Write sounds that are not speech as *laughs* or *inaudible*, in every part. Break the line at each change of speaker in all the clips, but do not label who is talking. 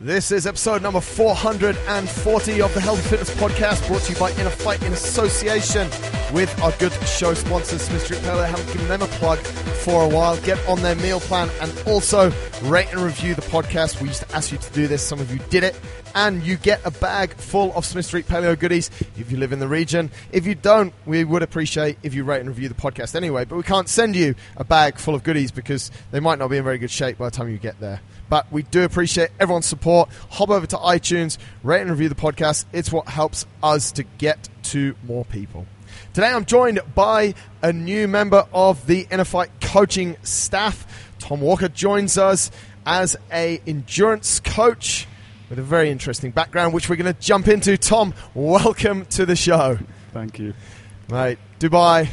This is episode number 440 of the Healthy Fitness Podcast, brought to you by Inner Fight in association with our good show sponsors, Smith Street Paleo. Haven't given them a plug for a while. Get on their meal plan and also rate and review the podcast. We used to ask you to do this, some of you did it, and you get a bag full of Smith Street Paleo goodies if you live in the region. If you don't, we would appreciate if you rate and review the podcast anyway, but we can't send you a bag full of goodies because they might not be in very good shape by the time you get there but we do appreciate everyone's support. Hop over to iTunes, rate and review the podcast. It's what helps us to get to more people. Today I'm joined by a new member of the Inner Fight coaching staff. Tom Walker joins us as a endurance coach with a very interesting background, which we're going to jump into. Tom, welcome to the show.
Thank you.
Mate, Dubai,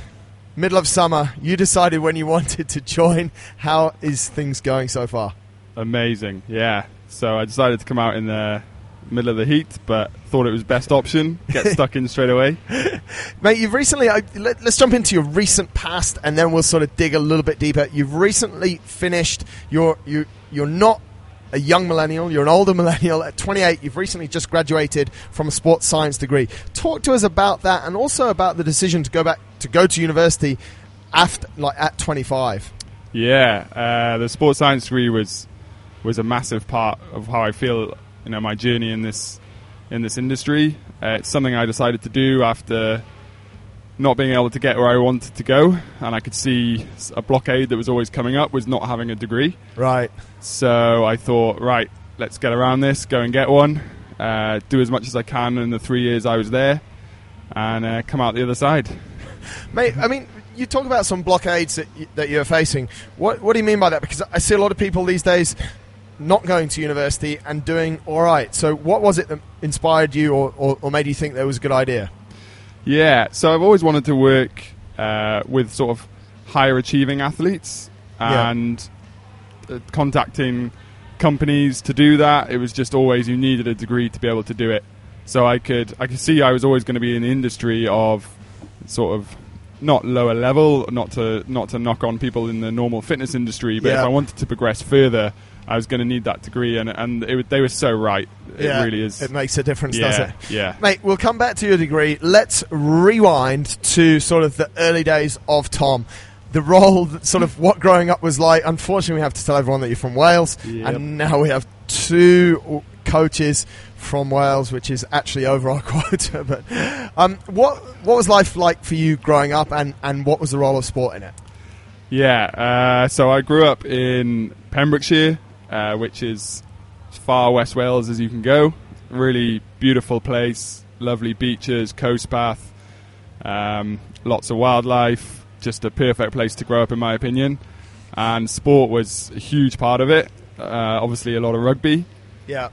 middle of summer. You decided when you *laughs* wanted to join. How is things going so far?
Amazing. Yeah. So I decided to come out in the middle of the heat, but thought it was best option. Get stuck in straight away.
Mate, you've recently. I, let, let's jump into your recent past, and then we'll sort of dig a little bit deeper. You've recently finished. You're you you're not a young millennial. You're an older *laughs* millennial. At 28, you've recently just graduated from a sports science degree. Talk to us about that, and also about the decision to go back to go to university after like at 25.
Yeah. Uh, the sports science degree was was a massive part of how I feel. You know, my journey in this in this industry. Uh, it's something I decided to do after not being able to get where I wanted to go, and I could see s- a blockade that was always coming up was not having a degree.
Right.
So I thought, right, let's get around this, go and get one, uh, do as much as I can in the three years I was there, and uh, come out the other side.
Mate, I mean, you talk about some blockades that, y- that you're facing. What, what do you mean by that? Because I see a lot of people these days not going to university and doing all right. So, what was it that inspired you or, or, or made you think that was a good idea?
Yeah, so I've always wanted to work uh, with sort of higher achieving athletes
Yeah.
and uh, contacting companies to do that. It was just always you needed a degree to be able to do it. So I could I could see I was always going to be in the industry of sort of not lower level, not to not to knock on people in the normal fitness industry, but
Yeah.
if I wanted to progress further, I was going to need that degree, and and it, was- they were so right. It really is.
It makes a difference,
yeah,
does it?
yeah.
Mate, we'll come back to your degree. Let's rewind to sort of the early days of Tom. The role, that sort of what growing up was like. Unfortunately, we have to tell everyone that you're from Wales,
Yep.
and now we have two w- coaches from Wales, which is actually over our *laughs* quota. But um, what what was life like for you growing up, and, and what was the role of sport in it?
Yeah, uh, so I grew up in Pembrokeshire, uh, which is as far west Wales as you can go. Really beautiful place, lovely beaches, coast path, um, lots of wildlife. Just a perfect place to grow up, in my opinion. And sport was a huge part of it. Uh, obviously, a lot of rugby.
Yeah.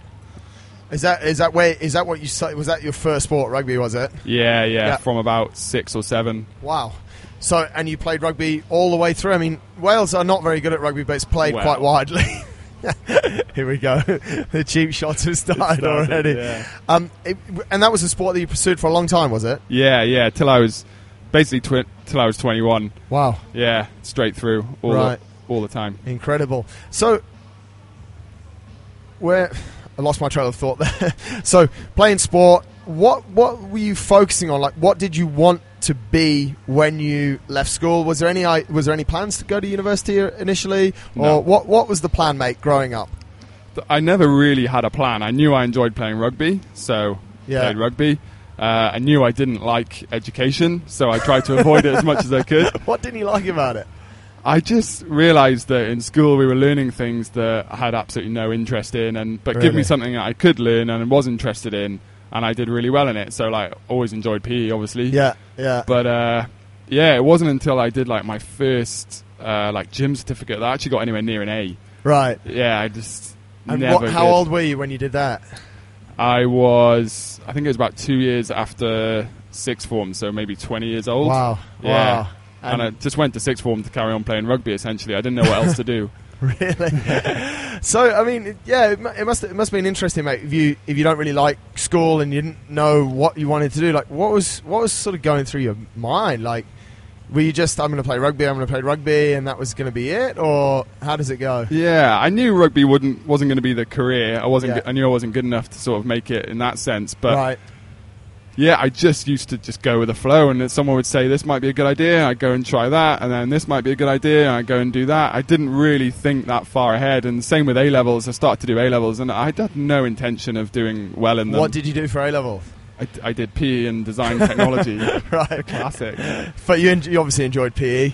Is that is that where is that what you sa- was that your first sport rugby was it?
Yeah, yeah,
Yeah.
from about six or seven.
Wow. So, and you played rugby all the way through. I mean, Wales are not very good at rugby, but it's played
Well.
quite widely. *laughs* Here we go. *laughs* the cheap shots have started,
started,
already.
yeah.
Um, it, and that was a sport that you pursued for a long time, was it?
Yeah, yeah, till I was basically tw- till I was twenty-one.
Wow.
Yeah, straight through all
Right.
the, all the time.
Incredible. So, where I lost my trail of thought there. *laughs* so, playing sport, what what were you focusing on? Like, what did you want to be when you left school? Was there any i- was there any plans to go to university initially, or
No.
what what was the plan, mate, growing up?
th- I never really had a plan. I knew I enjoyed playing rugby, so
Yeah.
played rugby. Uh, I knew I didn't like education, so I tried to avoid it as much as I could.
What didn't you like about it?
I just realised that in school we were learning things that I had absolutely no interest in, and but give
Really?
me something that I could learn and was interested in, and I did really well in it. So like, always enjoyed PE, obviously.
Yeah, yeah,
But uh, yeah, it wasn't until I did like my first uh, like gym certificate that I actually got anywhere near an A.
right.
Yeah, I just
And
never.
what, how
did.
old were you when you did that?
I was, I think it was about two years after sixth form, so maybe 20 years old.
Wow,
Yeah.
wow.
And, I
And-
just went to sixth form to carry on playing rugby, essentially. I didn't know what else
*laughs*
to do.
really. so I mean, it- yeah, it, mu- it must it must have been interesting, mate. If you if you don't really like school and you didn't know what you wanted to do, like what was what was sort of going through your mind, like Were you just I'm going to play rugby? I'm going to play rugby, and that was going to be it, or how does it go?
Yeah, I knew rugby wouldn't wasn't going to be the career. I wasn't.
Yeah.
go- I knew I wasn't good enough to sort of make it in that sense. But
right.
yeah, I just used to just go with the flow, and then someone would say this might be a good idea. I'd go and try that, and then this might be a good idea. And I'd go and do that. I didn't really think that far ahead. And same with A levels. I started to do A levels, and I had no intention of doing well in them.
What did you do for A level?
I, I did PE and design technology,
*laughs* Right.
classic.
*laughs* But you, en- you obviously enjoyed E. PE.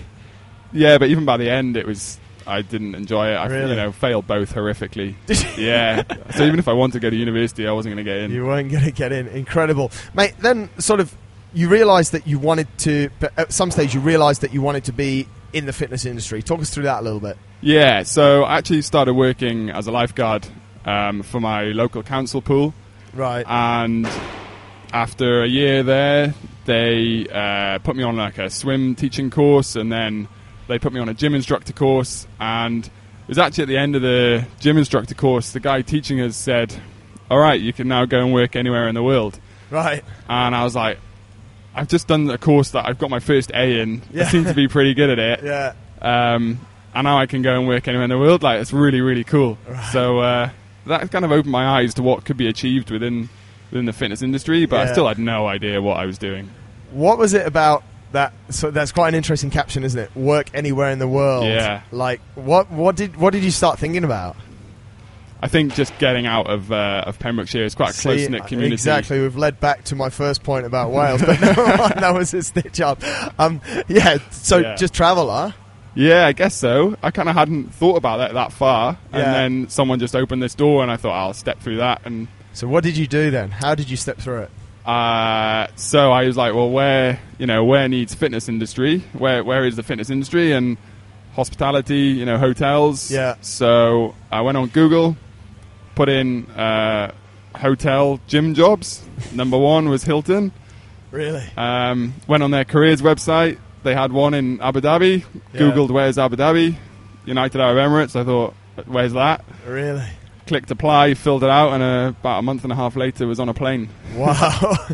Yeah, but even by the end, it was I didn't enjoy it. I
Really?
you know failed both horrifically.
*laughs* Did *laughs*
yeah. So even if I wanted to go to university, I wasn't going to get in.
You weren't going to get in. Incredible, mate. Then sort of you realised that you wanted to. but At some stage, you realised that you wanted to be in the fitness industry. Talk us through that a little bit.
Yeah. So I actually started working as a lifeguard um, for my local council pool,
Right.
Uh, and after a year there, they uh, put me on like a swim teaching course, and then they put me on a gym instructor course. And it was actually at the end of the gym instructor course, the guy teaching us said, "All right, you can now go and work anywhere in the world."
right.
and I was like, I've just done a course that I've got my first A in.
Yeah.
I seem to be pretty good at it.
Yeah.
Um, and now I can go and work anywhere in the world. Like, it's really, really cool. So uh, that kind of opened my eyes to what could be achieved within within the fitness industry. But
Yeah.
I still had no idea what I was doing.
What was it about that? So that's quite an interesting caption, isn't it? Work anywhere in the world.
Yeah.
Like what? What did? What did you start thinking about?
I think just getting out of uh, of Pembrokeshire is quite a
See, uh,
close knit community.
Exactly. We've led back to my first point about Wales, but *laughs* never mind, that was a stitch up. Um, yeah. So
Yeah.
just travel, huh?
Yeah, I guess so. I kind of hadn't thought about that that far,
Yeah.
and then someone just opened this door, and I thought I'll step through that and
So what did you do then? How did you step through it?
Uh, so I was like, well, where you know where needs fitness industry? Where where is the fitness industry and hospitality? You know, hotels.
Yeah.
So I went on Google, put in uh, hotel gym jobs. Number one was Hilton.
Really?
Um, went on their careers website. They had one in Abu Dhabi.
Yeah.
Googled where's Abu Dhabi, United Arab Emirates. I thought, where's that?
Really?
Clicked apply, filled it out, and uh, about a month and a half later was on a plane.
Wow,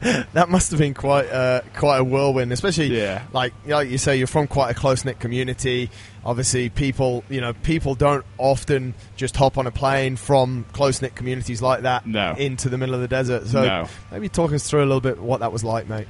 *laughs* that must have been quite uh, quite a whirlwind, especially
Yeah.
like like you say, you're from quite a close knit community. Obviously, people you know people don't often just hop on a plane from close knit communities like that
No.
into the middle of the desert. So
no.
maybe talk us through a little bit what that was like, mate.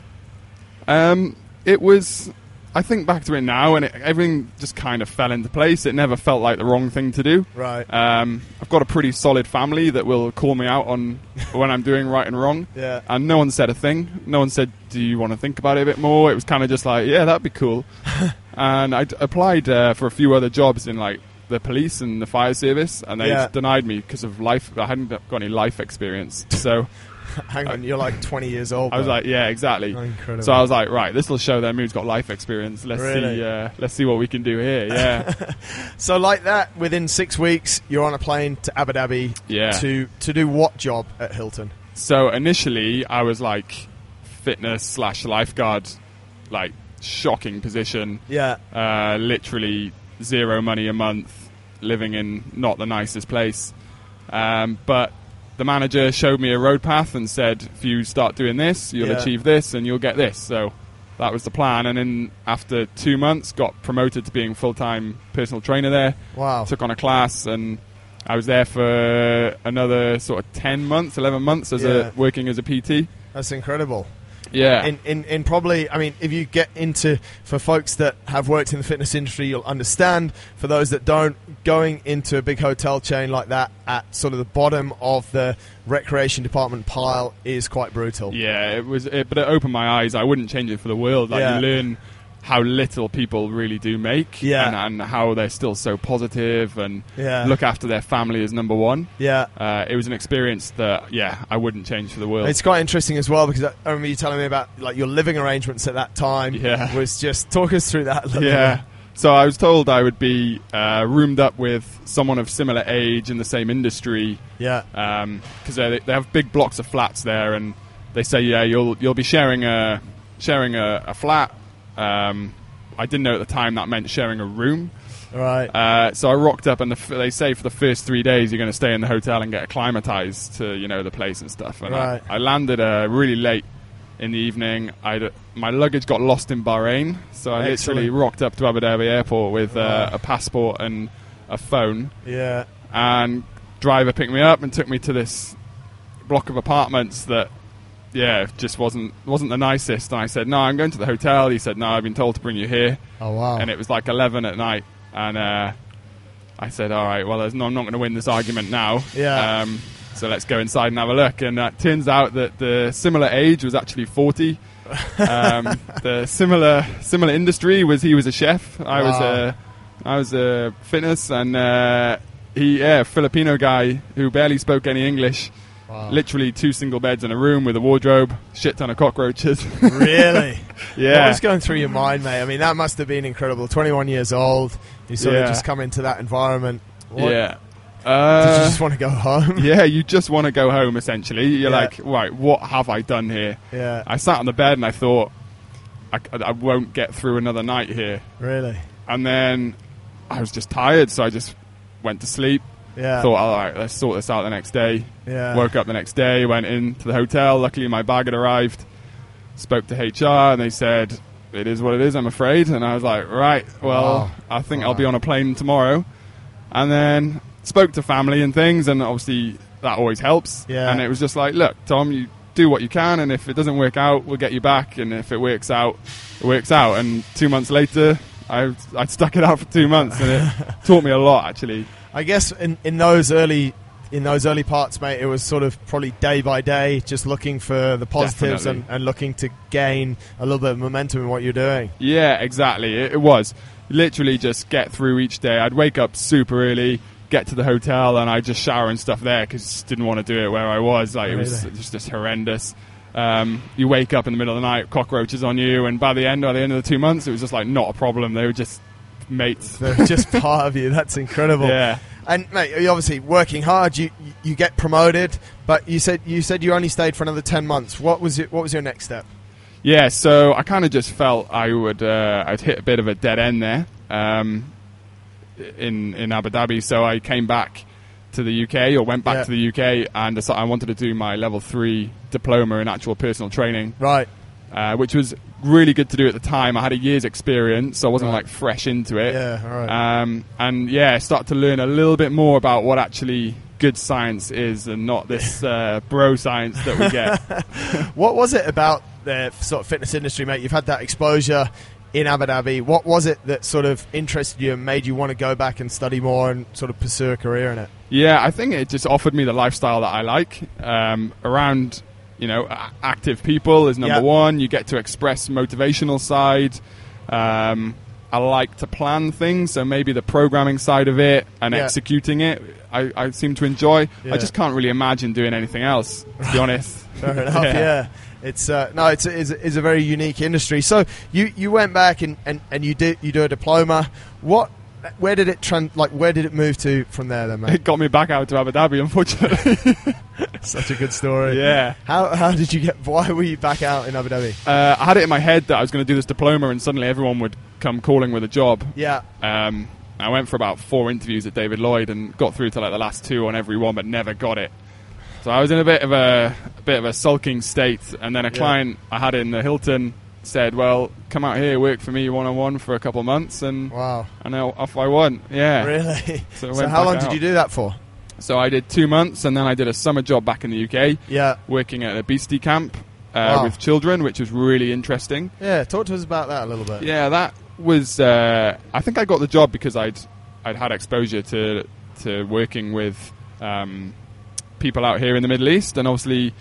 Um, it was. I think back to it now, and it, everything just kind of fell into place. It never felt like the wrong thing to do.
Right?
Um, I've got a pretty solid family that will call me out on when I'm doing right and wrong,
yeah.
and no one said a thing. No one said, "Do you want to think about it a bit more?" It was kind of just like, "Yeah, that'd be cool." and I d- applied uh, for a few other jobs in like the police and the fire service, and they
Yeah.
denied me because of life. I hadn't got any life experience, *laughs* so
Hang on, you're like 20 years old.
I was
bro.
like, "Yeah, exactly."
Oh, incredible.
So I was like, right, this will show them who's got life experience. Let's
Really?
see, uh, let's see what we can do here. Yeah,
*laughs* So like that, within six weeks, you're on a plane to Abu Dhabi
yeah.
to to do what job at Hilton?
So initially, I was like fitness slash lifeguard, like shocking position.
Yeah.
Uh, literally zero money a month, living in not the nicest place. Um, but the manager showed me a road path and said, if you start doing this, you'll
Yeah.
achieve this and you'll get this. So that was the plan. And then after two months, got promoted to being full time personal trainer there.
Wow.
took on a class and I was there for another sort of 10 months, 11 months as
Yeah.
a working as a PT.
That's incredible.
Yeah.
in, in, in probably, I mean, if you get into, for folks that have worked in the fitness industry, you'll understand. For those that don't, going into a big hotel chain like that at sort of the bottom of the recreation department pile is quite brutal.
yeah, it was it, but it opened my eyes. I wouldn't change it for the world. Like
Yeah.
you learn how little people really do make
Yeah.
and, and how they're still so positive and
Yeah.
look after their family is number 1.
Yeah.
Uh, it was an experience that yeah, I wouldn't change for the world.
It's quite interesting as well because I I remember you telling me about like your living arrangements at that time.
Yeah.
was just talk us through that. A little
*laughs* yeah. So I was told I would be uh, roomed up with someone of similar age in the same industry
bit. yeah,
because Um, they, they have big blocks of flats there, and they say, yeah, you'll you'll be sharing a sharing a, a flat. Um, I didn't know at the time that meant sharing a room.
right.
Uh, so I rocked up, and the, f- they say for the first three days you're going to stay in the hotel and get acclimatized to you know the place and stuff. And I-
Right.
I, landed uh, really late, in the evening, I my luggage got lost in Bahrain, so I literally
Excellent.
rocked up to Abu Dhabi airport with uh, a passport and a phone,
Yeah.
and driver picked me up and took me to this block of apartments that, yeah, just wasn't wasn't the nicest. And I said, no, I'm going to the hotel. He said, no, I've been told to bring you here,
Oh wow.
and it was like 11 at night, and uh, I said, all right, well, there's no, I'm not going to win this argument now.
Yeah.
Um, so let's go inside and have a look. And uh, it turns out that the similar age was
*laughs*
actually 40. Um, the similar similar industry was he was a chef. I was
Wow.
a I was a fitness and uh, he yeah Filipino guy who barely spoke any English.
Wow.
Literally two single beds in a room with a wardrobe, shit ton of cockroaches. *laughs*
really? What
yeah,
was going through your mind, mate? I mean, that must have been incredible. 21 years old, you sort of
Yeah.
just come into that environment. What-
yeah.
Did
Uh,
you just want to go home?
yeah, you just want to go home essentially. You're
Yeah.
like, right, what have I done here?
*laughs* Yeah.
I sat on the bed and I thought, I, I won't get through another night here.
really?
And then I was just tired, so I just went to sleep.
Yeah.
Thought, all right, let's sort this out the next day.
Yeah.
Woke up the next day, went into the hotel. Luckily, my bag had arrived. Spoke to HR, and they said, it is what it is, I'm afraid. And I was like, right, well,
Wow.
I think
Wow.
I'll be on a plane tomorrow. And then spoke to family and things, and obviously that always helps.
Yeah.
And it was just like, look, Tom, you do what you can, and if it doesn't work out, we'll get you back. And if it works out, it works out. And two months later, I, I stuck it out for two
*laughs*
months, and it taught me a lot, actually.
I guess in, in those early in those early parts, mate, it was sort of probably day by day, just looking for the positives and,
Definitely.
and looking to gain a little bit of momentum in what you're doing.
Yeah, exactly. It, it was literally just get through each day. I'd wake up super early, get to the hotel, and I would just shower and stuff there because just didn't want to do it where I was. Like it was
Really?
just, just horrendous. Um, you wake up in the middle of the night, cockroaches on you, and by the end, by the end of the two months, it was just like not a problem. They were just mates.
They're *laughs* just part of you. That's incredible.
Yeah.
And mate, you're obviously working hard. You you- you get promoted, but you said you said you only stayed for another ten months. What was it? What was your next step?
Yeah, so I kind of just felt I would uh, I'd hit a bit of a dead end there um, in in Abu Dhabi. So I came back to the UK or went back
Yeah.
to the UK and decided I wanted to do my level three diploma in actual personal training,
Right.
uh, which was really good to do at the time. I had a year's experience, so I wasn't
Right.
like fresh into it.
Yeah. All right.
Um, and yeah, start to learn a little bit more about what actually good science is and
*laughs*
not this uh, bro science that we get.
What was it about the sort of fitness industry, mate? You've had that exposure in Abu Dhabi. What was it that sort of interested you and made you want to go back and study more and sort of pursue a career in it?
Yeah, I think it just offered me the lifestyle that I like. Um, around, you know, a- active people is number
Yeah.
one. You get to express motivational side. Um, I like to plan things, so maybe the programming side of it and
Yeah.
executing it, I, I seem to enjoy.
Yeah.
I just can't really imagine doing anything else, to be honest.
*laughs*
*laughs*
Fair enough. yeah. It's uh, no, it's, it's, it's a very unique industry. So you, you went back and, and, and you did you do a diploma. What where did it trans, like where did it move to from there then,
*laughs*
mate?
It got me back out to Abu Dhabi,
*laughs*
unfortunately.
Such a good story.
yeah.
How how did you get? Why were you back out in Abu Dhabi?
Uh, I had it in my head that I was going to do this diploma, and suddenly everyone would come calling with a job.
Yeah.
Um, I went for about four interviews at David Lloyd and got through to like the last two on every one, but never got it. So I was in a bit of a, a bit of a sulking state, and then a
Yeah.
client I had in the Hilton said, "Well, come out here, work for me one on one for a couple of months, and
Wow.
and I'll- off I went." Yeah. *laughs*
Really.
So
So,
it went
how
back
long
out.
did you do that for?
So I did two months, and then I did a summer job back in the UK,
Yeah.
working at an obesity camp uh,
Wow.
with children, which was really interesting.
Yeah, talk to us about that a little bit.
Yeah, that was. Uh, I think I got the job because I'd I'd had exposure to to working with um, people out here in the Middle East, and obviously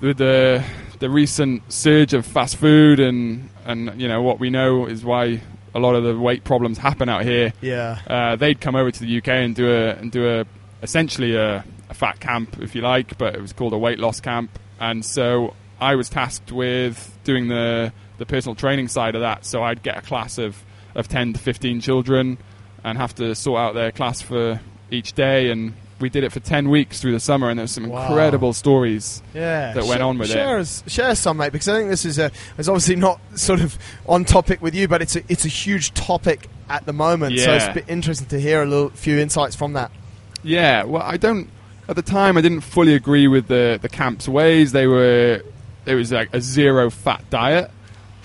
with the the recent surge of fast food and and you know what we know is why a lot of the weight problems happen out here.
Yeah.
Uh, they'd come over to the UK and do a and do a essentially a, a fat camp, if you like, but it was called a weight loss camp. And so I was tasked with doing the the personal training side of that. So I'd get a class of of ten to fifteen children and have to sort out their class for each day. And we did it for ten weeks through the summer, and there was some
Wow.
incredible stories.
Yeah,
that went
Sh-
on with it.
share us- share some, mate, because I think this is a it's obviously not sort of on topic with you, but it's a, it's a huge topic at the moment. So it's
Yeah.
bit interesting to hear a little few insights from that.
Yeah, well, I don't. At the time, I didn't fully agree with the the camp's ways. They were it was like a zero fat diet,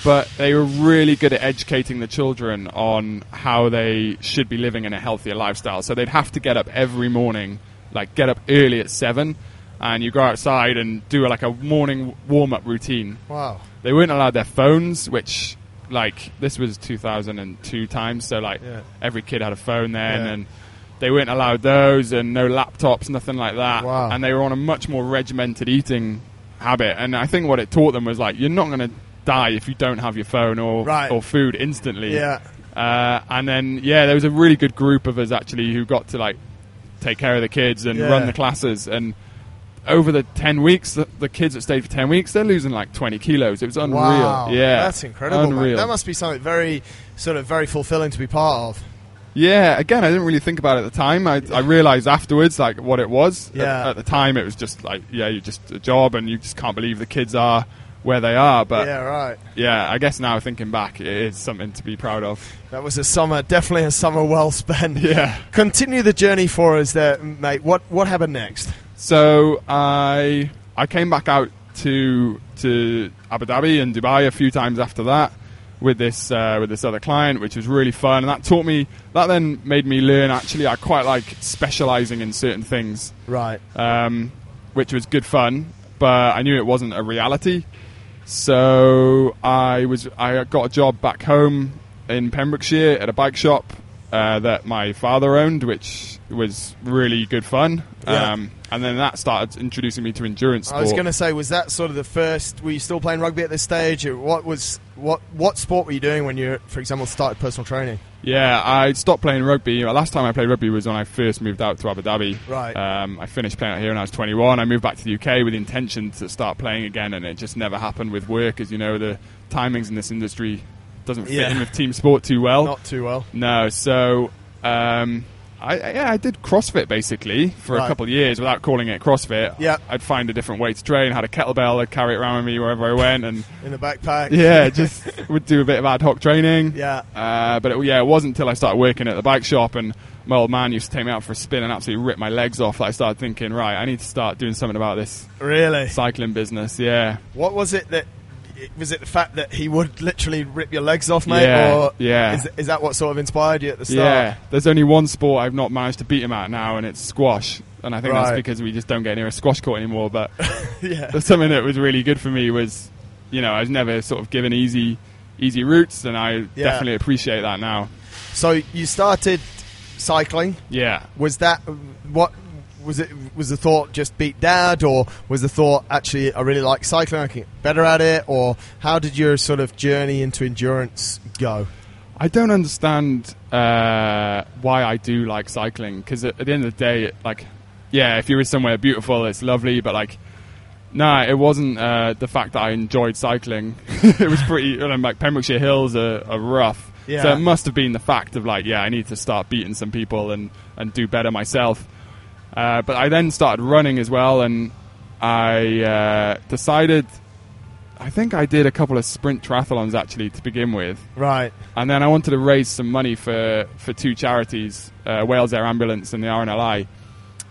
but they were really good at educating the children on how they should be living in a healthier lifestyle. So they'd have to get up every morning, like get up early at seven, and you go outside and do like a morning warm up routine.
Wow.
They weren't allowed their phones, which like this was 2002 times, so like
Yeah.
every kid had a phone then,
Yeah.
and they weren't allowed those, and no laptops, nothing like that.
Wow.
And they were on a much more regimented eating habit. And I think what it taught them was like, you're not going to die if you don't have your phone or
Right.
or food instantly.
Yeah.
Uh, and then yeah, there was a really good group of us actually who got to like take care of the kids and
Yeah.
run the classes and. Over the ten weeks, the, the kids that stayed for ten weeks, they're losing like twenty kilos. It was unreal.
Wow.
Yeah,
That's incredible. man.
Unreal.
That must be something very sort of very fulfilling to be part of.
Yeah, again, I didn't really think about it at the time. I, I realized afterwards, like, what it was. At-
Yeah.
At, the time, it was just like, yeah, you're just a job and you just can't believe the kids are where they are. But
yeah,
yeah,
right.
I guess now thinking back, it is something to be proud of. *laughs*
That was a summer, definitely a summer well spent.
Yeah.
Continue the journey for us there, mate. What what happened next?
So I I came back out to to Abu Dhabi and Dubai a few times after that with this uh, with this other client, which was really fun, and that taught me. That then made me learn. Actually, I quite like specializing in certain things.
Right.
um, which was good fun, but I knew it wasn't a reality. So I was I got a job back home in Pembrokeshire at a bike shop uh, that my father owned, which was really good fun.
Yeah.
Um, and then that started introducing me to endurance
I
sport.
was going to say, was that sort of the first? Were you still playing rugby at this stage? Or what was what what sport were you doing when you, for example, started personal training?
Yeah, I stopped playing rugby. The last time I played rugby was when I first moved out to Abu Dhabi.
Right.
Um, I finished playing out here when I was 21. I moved back to the UK with the intention to start playing again, and it just never happened with work. As you know, the timings in this industry doesn't fit
Yeah.
in with team sport too well.
Not too well.
no, so um, I, I- yeah, I did CrossFit basically for
Right.
a couple of years without calling it CrossFit.
Yeah.
I'd find a different way to train. Had a kettlebell, I'd carry it around with me wherever I went, and
In the backpack. *laughs*
yeah, just would do a bit of ad hoc training.
Yeah.
Uh, but it, yeah, it wasn't until I started working at the bike shop and my old man used to take me out for a spin and absolutely rip my legs off that I started thinking, right, I need to start doing something about this
Really.
cycling business. Yeah.
What was it that? Was it the fact that he would literally rip your legs off, mate?
Yeah,
or
yeah.
Is, is that what sort of inspired you at the start?
Yeah. There's only one sport I've not managed to beat him at now, and it's squash. And I think that's
Right.
because we just don't get near a squash court anymore. But
*laughs*
*laughs*
yeah.
that's something that was really good for me was, you know, I was never sort of given easy, easy routes, and I
Yeah.
definitely appreciate that now.
So you started cycling.
Yeah.
Was that what was it? Was the thought just beat dad, or was the thought actually I really like cycling, I can get better at it, or how did your sort of journey into endurance go?
I don't understand uh, why I do like cycling because at, at the end of the day, it, like, yeah, if you're somewhere beautiful, it's lovely, but like, nah, it wasn't uh, the fact that I enjoyed cycling. *laughs* it was pretty, and I'm like, Pembrokeshire Hills are, are rough.
Yeah.
So it must have been the fact of like, yeah, I need to start beating some people and, and do better myself. Uh, but I then started running as well, and I uh, decided, I think I did a couple of sprint triathlons actually to begin with.
Right.
And then I wanted to raise some money for, for two charities, uh, Wales Air Ambulance and the RNLI.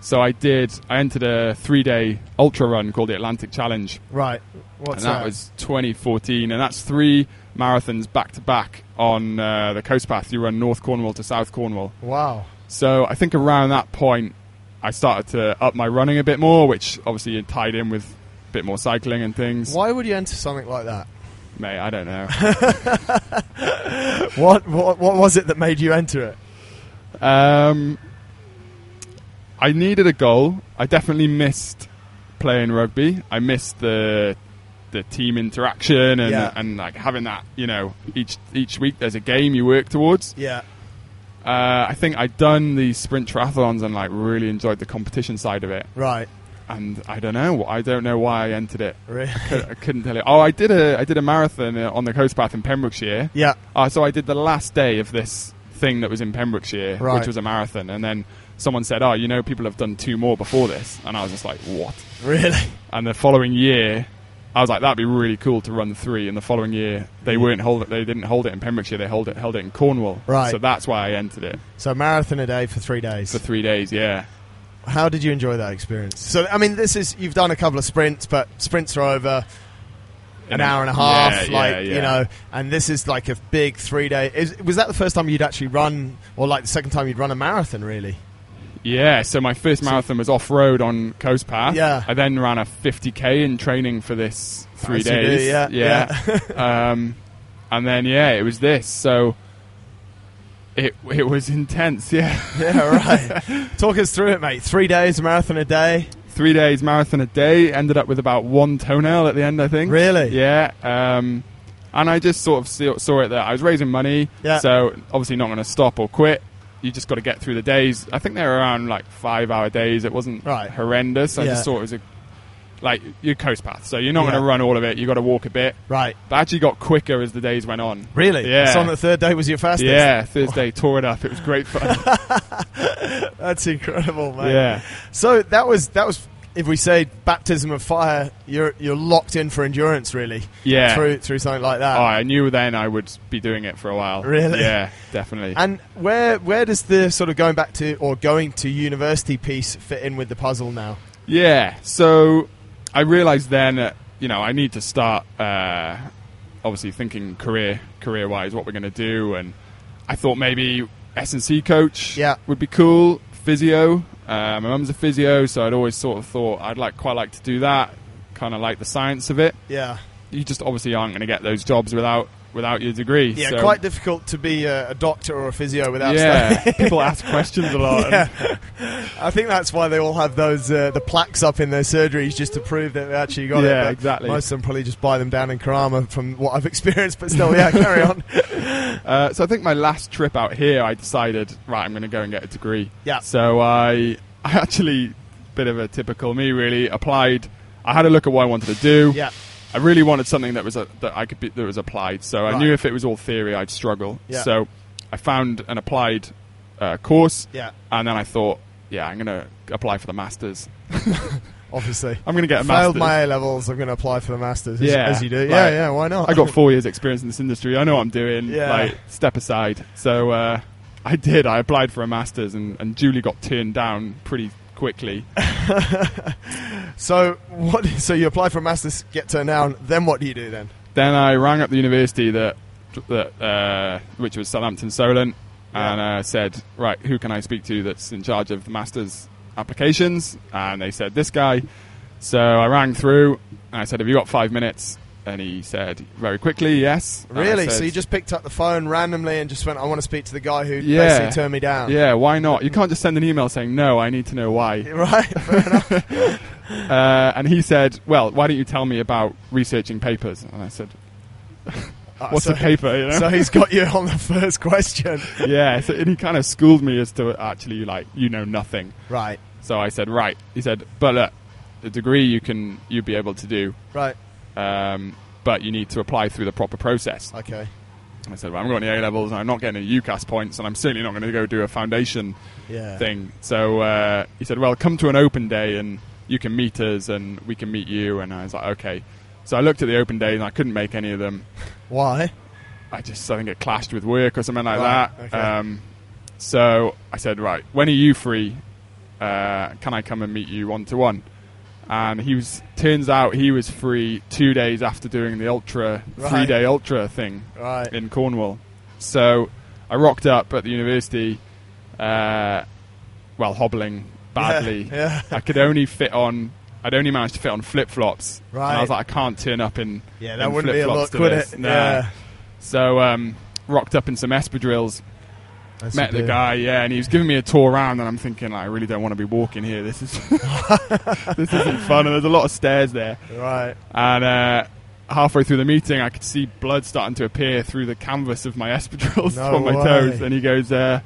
So I did. I entered a three day ultra run called the Atlantic Challenge,
Right. What's
and that, was 2014. And that's three marathons back to back on uh, the coast path. You run North Cornwall to South Cornwall.
wow.
So I think around that point, I started to up my running a bit more, which obviously it tied in with a bit more cycling and things.
Why would you enter something like that?
Mate, I don't know.
What, what what was it that made you enter it?
Um, I needed a goal. I definitely missed playing rugby. I missed the the team interaction and
Yeah.
and like having that. You know, each each week there's a game you work towards.
Yeah.
Uh, I think I'd done the sprint triathlons and like really enjoyed the competition side of it.
Right.
And I don't know. I don't know why I entered it.
Really.
Cou- I couldn't tell you. Oh, I did a I did a marathon uh, on the coast path in Pembrokeshire.
*laughs* Yeah.
Uh, so I did the last day of this thing that was in Pembrokeshire,
Right.
which was a marathon, and then someone said, "Oh, you know, people have done two more before this," and I was just like, "What?"
Really.
And the following year, I was like, "That'd be really cool to run three. And the following year, they
Mm.
weren't hold it, they didn't hold it in Pembrokeshire, they held it held it in Cornwall.
Right.
So that's why I entered it
So marathon a day for three days.
for three days. Yeah.
How did you enjoy that experience? So, I mean, this is you've done a couple of sprints, but sprints are over. an hour and a half,
Yeah,
like
yeah,
you
yeah.
know. And this is like a big three day. Is, was that the first time you'd actually run, or like the second time you'd run a marathon? Really?
Yeah, so my first marathon was off road on Coast Path.
Yeah.
I then ran a 50k in training for this three
Fancy
days.
do, yeah, *laughs*
um, and then yeah, it was this. So it it was intense. *laughs* Yeah,
Yeah, right. Talk us through it, mate. Three days, a marathon a day.
three days marathon a day. Ended up with about one toenail at the end. I think.
Really?
Yeah. Um, and I just sort of saw, saw it that I was raising money.
Yeah.
So obviously not going to stop or quit. You just got to get through the days. I think they were around like five hour days. It wasn't
Right.
horrendous. I
Yeah.
just thought it was a like your coast path. So you're not going
Yeah.
to run all of it. You got to walk a bit.
Right.
But I actually got quicker as the days went on.
Really?
Yeah.
So on the third day was your fastest. *laughs*
Yeah. Thursday tore it up. It was great fun.
That's incredible, mate.
yeah.
So that was that was if we say baptism of fire, you're you're locked in for endurance, really.
Yeah.
Through through something like
Oh,
that.
I knew then I would be doing it for a while.
Really?
Yeah, definitely.
And where where does the sort of going back to or going to university piece fit in with the puzzle now?
Yeah. So I realized then that you know I need to start uh, obviously thinking career career wise what we're going to do, and I thought maybe S and C coach
Yeah.
would be cool. Physio. Uh, my mum's a physio, so I'd always sort of thought I'd like quite like to do that. Kind of like the science of it.
Yeah.
You just obviously aren't going to get those jobs without without your degree.
Yeah,
so-
quite difficult to be a, a doctor or a physio without
Yeah,
studying. *laughs*
*laughs* people ask questions a lot. and-
Yeah. I think that's why they all have those uh, the plaques up in their surgeries just to prove that they actually got it.
Yeah,
but
exactly.
Most of them probably just buy them down in Karama from what I've *laughs* experienced, but still, yeah, carry *laughs* on.
Uh, so I think my last trip out here, I decided, right, I'm going to go and get a degree.
Yeah.
So I, *laughs* I actually, bit of a typical me, really, applied. I had a look at what I wanted to do.
Yeah.
I really wanted something that was a, that I could be, that was applied. So I
Right.
knew if it was all theory, I'd struggle.
Yeah.
So I found an applied uh, course.
Yeah.
And then I thought, yeah, I'm going to apply for the masters.
Obviously.
I'm going to get a
Failed
master's.
my A levels. I'm going to apply for the masters. as-
Yeah.
as, you do.
Like,
yeah, yeah. Why not?
I got four years experience in this industry. I know what I'm doing.
Yeah.
Like step aside. So uh, I did. I applied for a masters and, and Julie got turned down pretty
*laughs*
quickly.
so what? So you apply for a masters, get turned down. Then what do you do then?
then I rang up the university that that uh, which was Southampton Solent and uh, said, right, who can I speak to that's in charge of the masters applications? And they said this guy. So I rang through and I said, have you got five minutes? And he said very quickly, yes. And I
Really?
said,
So you just picked up the phone randomly and just went, "I want to speak to the guy who
Yeah.
basically turned me down."
Yeah, why not? You can't just send an email saying no. I need to know why.
*laughs* Right. Fair
*laughs*
enough.
Uh, and he said, "Well, why don't you tell me about researching papers?" And I said,
Ah,
"What's
so,
a paper?" You know?
so he's got you on the first question.
*laughs* yeah. So, and he kind of schooled me as to actually like you know nothing.
Right.
So I said, "Right." He said, "But look, the degree you can you'd be able to do,
Right.
um, but you need to apply through the proper process."
Okay.
I said, "Well, I'm going to A levels, and I'm not getting any UCAS points, and I'm certainly not going to go do a foundation."
Yeah.
thing. So uh, he said, "Well, come to an open day and you can meet us and we can meet you." And I was like, "Okay." So I looked at the open days and I couldn't make any of them.
Why?
I just I think it clashed with work or something like
Right,
that.
okay.
Um, so I said, "Right, when are you free? Uh, can I come and meet you one to one?" And he was turns out he was free two days after doing the ultra
Right.
three day ultra thing
Right.
in Cornwall. So I rocked up at the university, uh, well, hobbling badly.
Yeah, yeah.
I could only fit on. I'd only managed to fit on flip flops. And
Right.
I was like, I can't turn up in.
Yeah, that
in
wouldn't be a
flip-flops
look,
to
would
this.
it?
Nah.
Yeah.
So um, rocked up in some espadrilles.
That's
Met
a
the
bit-
guy, yeah, and he was giving me a tour around, and I'm thinking, like, I really don't want to be walking here. This is *laughs* this isn't fun, and there's a lot of stairs there.
Right.
And uh, halfway through the meeting, I could see blood starting to appear through the canvas of my *laughs* espadrilles
No
on my
way.
toes. And he goes, uh,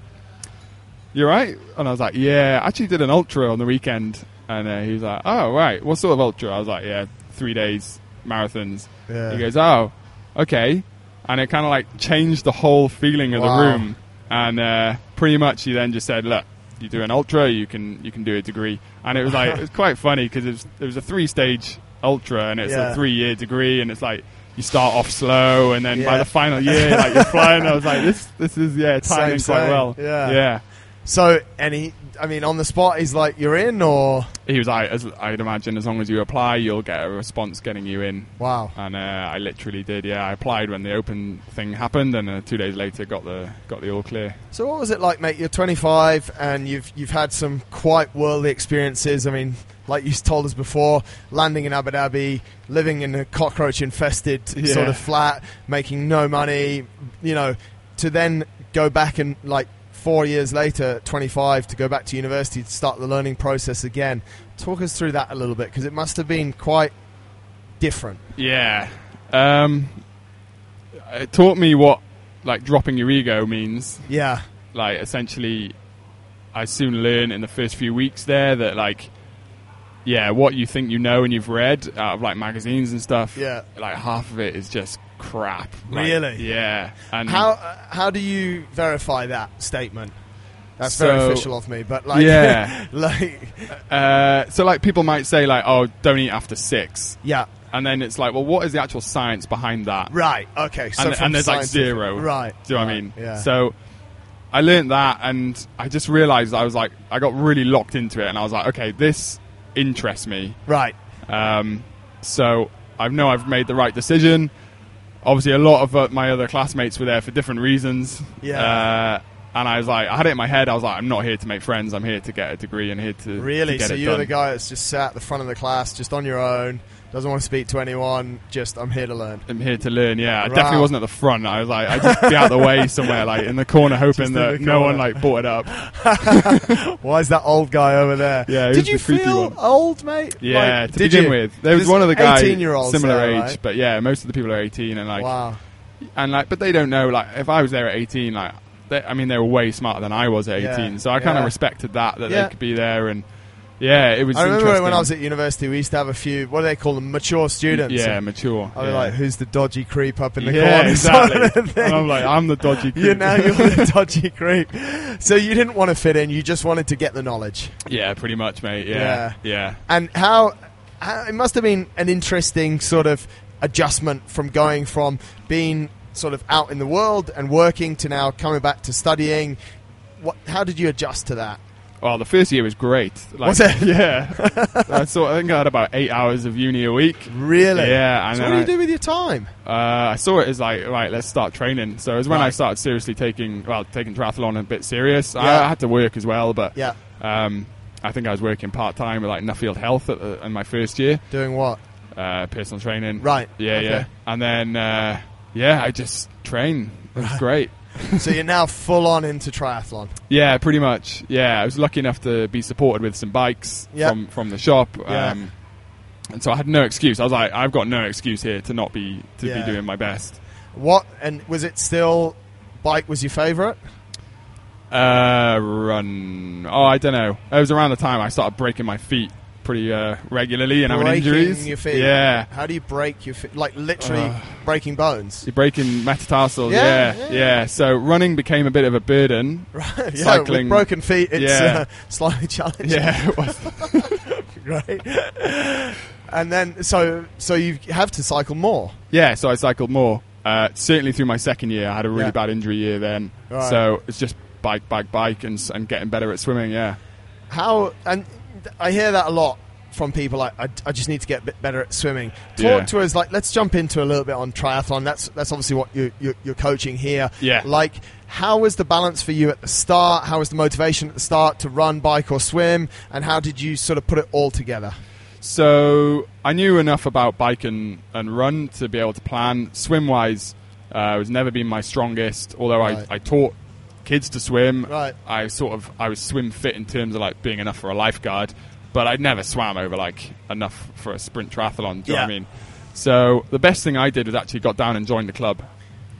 "You right?" And I was like, "Yeah, I actually did an ultra on the weekend." And uh, he was like, "Oh, right. What sort of ultra?" I was like, "Yeah, three days marathons."
Yeah.
He goes, "Oh, okay." And it kind of like changed the whole feeling of
Wow.
the room. And uh, pretty much, he then just said, "Look." You do an ultra, you can you can do a degree, and it
*laughs*
was like it was quite funny because it was, it was a three stage ultra, and it it's
Yeah.
a three year degree and it's like you start off slow and then
Yeah.
by the final year like you're flying I was like this this is yeah timing
Same,
quite
same.
well
Yeah.
yeah
So, and he, I mean, on the spot, he's like, "You're in," or
He was like, as, I'd imagine, as long as you apply, you'll get a response getting you in.
wow,
And uh, I literally did. Yeah, I applied when the open thing happened, and uh, two days later got the got the all clear.
So what was it like, mate? You're 25 and you've you've had some quite worldly experiences. I mean, like you told us before, landing in Abu Dhabi, living in a cockroach-infested
Yeah.
sort of flat, making no money. You know, to then go back and like four years later, 25, to go back to university to start the learning process again. Talk us through that a little bit because it must have been quite different.
Yeah. Um, it taught me what like dropping your ego means.
Yeah,
Like essentially, I soon learned in the first few weeks there that like, yeah, what you think you know and you've read out of like magazines and stuff.
yeah.
Like half of it is just crap. Like,
Really?
Yeah. And
How uh, how do you verify that statement? That's
So-
very official of me, but like,
Yeah.
*laughs* like,
Uh, so like people might say like, oh, don't eat after six.
yeah,
And then it's like, well, what is the actual science behind that?
right, okay. So
and,
from
and there's like
scientific-
zero.
right?
Do you know what I
right,
mean?
Yeah.
So I learned that and I just realized I was like, I got really locked into it and I was like, okay, this interests me.
right,
Um, so I know I've made the right decision. Obviously, a lot of uh, my other classmates were there for different reasons.
Yeah.
Uh, and I was like, I had it in my head. I was like, I'm not here to make friends. I'm here to get a degree and here to
really.
to get
So
it
you're
done.
the guy that's just sat at the front of the class, just on your own, doesn't want to speak to anyone. Just I'm here to
*laughs*
learn.
I'm here to learn. Yeah, I
Wow.
definitely wasn't at the front. I was like, I just be out
*laughs*
the way somewhere, like in the corner, hoping
in
that
the
no one
corner.
like bought it up.
Why is that old guy over there?
Yeah, he
Did
was
you
the creepy
feel
one.
old, mate?
Yeah,
Like,
to
did
begin
you?
with, there was
There's
one of the guys
18-year-olds
similar
there,
age,
right?
but yeah, most of the people are 18 and like
Wow.
and like, but they don't know. Like, if I was there at 18, like, they, I mean, they were way smarter than I was at
Yeah,
18, so I kind of
yeah.
respected that that
Yeah.
they could be there and yeah, it was.
I remember
interesting.
when I was at university, we used to have a few. What do they call them? Mature students.
yeah, mature.
I was
yeah.
like, who's the dodgy creep up in the
yeah,
corner? *laughs* Sort of
exactly.
thing.
and I'm like, I'm the dodgy.
you
kid.
know, you're the dodgy creep. So you didn't want to fit in. You just wanted to get the knowledge.
*laughs* yeah, pretty much, mate. Yeah, yeah.
And how, how it must have been an interesting sort of adjustment from going from being sort of out in the world and working to now coming back to studying. What, how did you adjust to that?
Well, the first year was great. Like,
Was it? *laughs*
Yeah. *laughs* I saw. I think I had about eight hours of uni a week.
Really?
Yeah, and
So
then
what do
I-
you do with your time?
Uh, I saw it as like, right, let's start training. So it was when I
Right.
started seriously taking, well, taking triathlon a bit serious. I,
Yeah.
I had to work as well, but
Yeah.
um, I think I was working part time with like Nuffield Health at the, in my first year,
Doing what?
uh, personal training.
Right.
Yeah,
Okay.
yeah. And then, uh, yeah, I just train. It was great.
so you're now full on into triathlon.
Yeah, pretty much. Yeah, I was lucky enough to be supported with some bikes
Yeah.
from from the shop.
Yeah.
Um, and so I had no excuse. I was like, I've got no excuse here to not be to
Yeah.
be doing my best.
What? And was it still bike was your favorite?
Uh, run. Oh, I don't know. It was around the time I started breaking my feet pretty uh, regularly and having
breaking
injuries.
your feet.
Yeah.
How do you break your feet? Like literally
Ugh.
breaking bones.
You're breaking metatarsals.
Yeah,
Yeah
yeah.
yeah, So running became a bit of a burden.
Right. *laughs* Yeah, with
Cycling.
broken feet, it's
Yeah.
uh, *laughs* slightly challenging.
*laughs* Yeah. it was-
*laughs* Right. and then, so so you have to cycle more.
yeah. So I cycled more. Uh, certainly through my second year, I had a really
Yeah.
bad injury year then.
Right.
So it's just bike, bike, bike, and, s- and getting better at swimming. Yeah.
How? And th- I hear that a lot from people. Like, I, I just need to get a bit better at swimming. Talk
Yeah.
to us. Like, let's jump into a little bit on triathlon. That's that's obviously what you, you you're coaching here.
Yeah.
Like, how was the balance for you at the start? How was the motivation at the start to run, bike, or swim? And how did you sort of put it all together?
So I knew enough about bike and, and run to be able to plan. Swim wise, uh, was never been my strongest. Although
Right.
I, I taught kids to swim,
Right.
I sort of I was swim fit in terms of like being enough for a lifeguard, but I'd never swam over like enough for a sprint triathlon. Do you know what I
Yeah.
mean? So the best thing I did was actually got down and joined the club,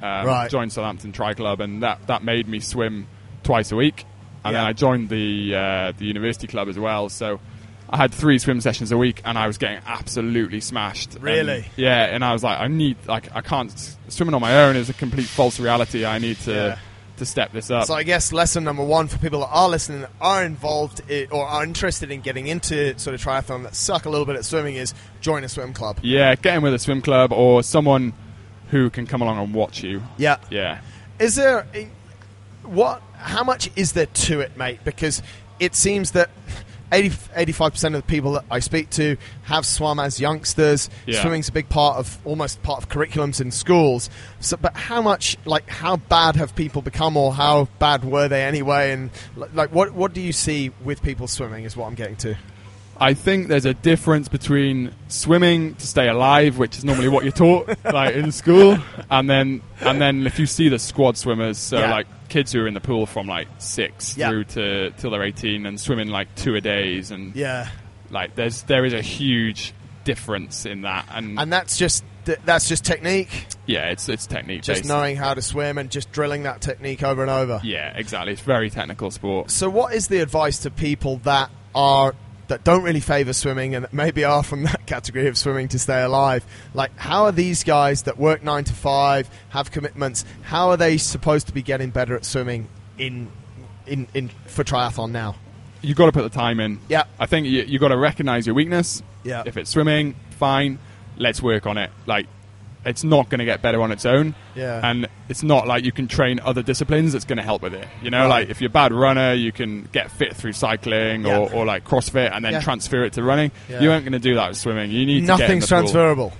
um,
Right.
joined Southampton Tri Club, and that that made me swim twice a week. And then
Yeah.
I joined the uh, the university club as well. So I had three swim sessions a week, and I was getting absolutely smashed. And-
Really?
yeah. And I was like, I need like I can't s- swimming on my own is a complete false reality. I need to
Yeah.
to step this up.
So I guess lesson number one for people that are listening, that are involved i- or are interested in getting into sort of triathlon that suck a little bit at swimming is join a swim club.
yeah, get in with a swim club or someone who can come along and watch you.
Yeah.
Yeah.
Is there? what? How much is there to it, mate? Because it seems that 85 percent of the people that I speak to have swum as youngsters.
Yeah.
Swimming's a big part of almost part of curriculums in schools. So, but how much, like, how bad have people become, or how bad were they anyway? And li- like, what what do you see with people swimming? Is what I'm getting to.
I think there's a difference between swimming to stay alive, which is normally what
*laughs*
you're taught, like in school, and then and then if you see the squad swimmers, so
Yeah.
like kids who are in the pool from like six
Yeah.
through to till they're 18 and swimming like two a days, and
Yeah,
like there's there is a huge difference in that, and,
and that's just that's just technique.
yeah, it's it's technique
Just
based.
knowing how to swim and just drilling that technique over and over.
Yeah, exactly. It's very technical sport.
So, what is the advice to people that are that don't really favour swimming and that maybe are from *laughs* that category of swimming to stay alive? Like, how are these guys that work nine to five, have commitments? How are they supposed to be getting better at swimming in in, in for triathlon now?
You've got to put the time in.
Yeah.
I think you, you got to recognize your weakness.
Yeah.
If it's swimming, fine. Let's work on it. Like, it's not going to get better on its own.
Yeah.
And it's not like you can train other disciplines that's going to help with it. You know,
Right.
like if you're a bad runner, you can get fit through cycling
Yeah.
or, or like CrossFit and then
Yeah.
transfer it to running.
Yeah.
You aren't going to do that with swimming. You need to get in the
Nothing's
pool.
transferable.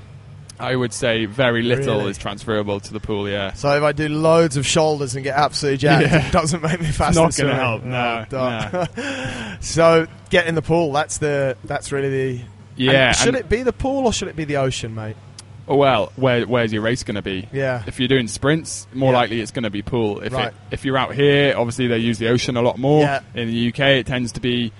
I would say very little
Really?
is transferable to the pool. Yeah.
So if I do loads of shoulders and get absolutely jacked,
Yeah.
it doesn't make me faster.
not
going
gonna
to
help, no,
Oh, *laughs* so get in the pool. That's the. That's really the.
Yeah.
And should
and-
it be the pool or should it be the ocean, mate?
Oh, well, where, where's your race going to be?
Yeah.
If you're doing sprints, more
Yeah.
likely it's going to be pool. If
Right.
it, if you're out here, obviously they use the ocean a lot more.
Yeah.
In the UK, it tends to be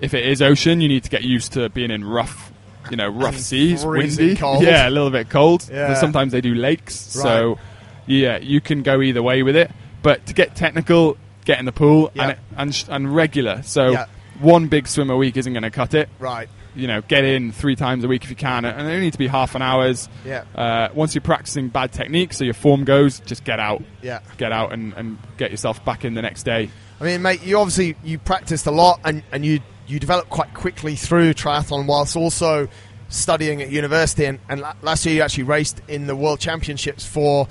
if it is ocean, you need to get used to being in rough, you know, rough
And
seas,
freezing
windy,
cold.
*laughs* yeah, a little bit cold.
Yeah.
But Sometimes they do lakes,
Right.
so yeah, you can go either way with it. But to get technical, get in the pool
Yeah.
and it, and sh- and regular. So
Yeah.
one big swim a week isn't going to cut it
Right.
you know, get in three times a week if you can, and they only need to be half an hour's.
Yeah.
Uh, once you're practicing bad technique, so your form goes, just get out,
Yeah.
get out, and, and get yourself back in the next day.
I mean, mate, you obviously you practiced a lot and, and you you developed quite quickly through triathlon whilst also studying at university. And, and la- last year you actually raced in the World Championships for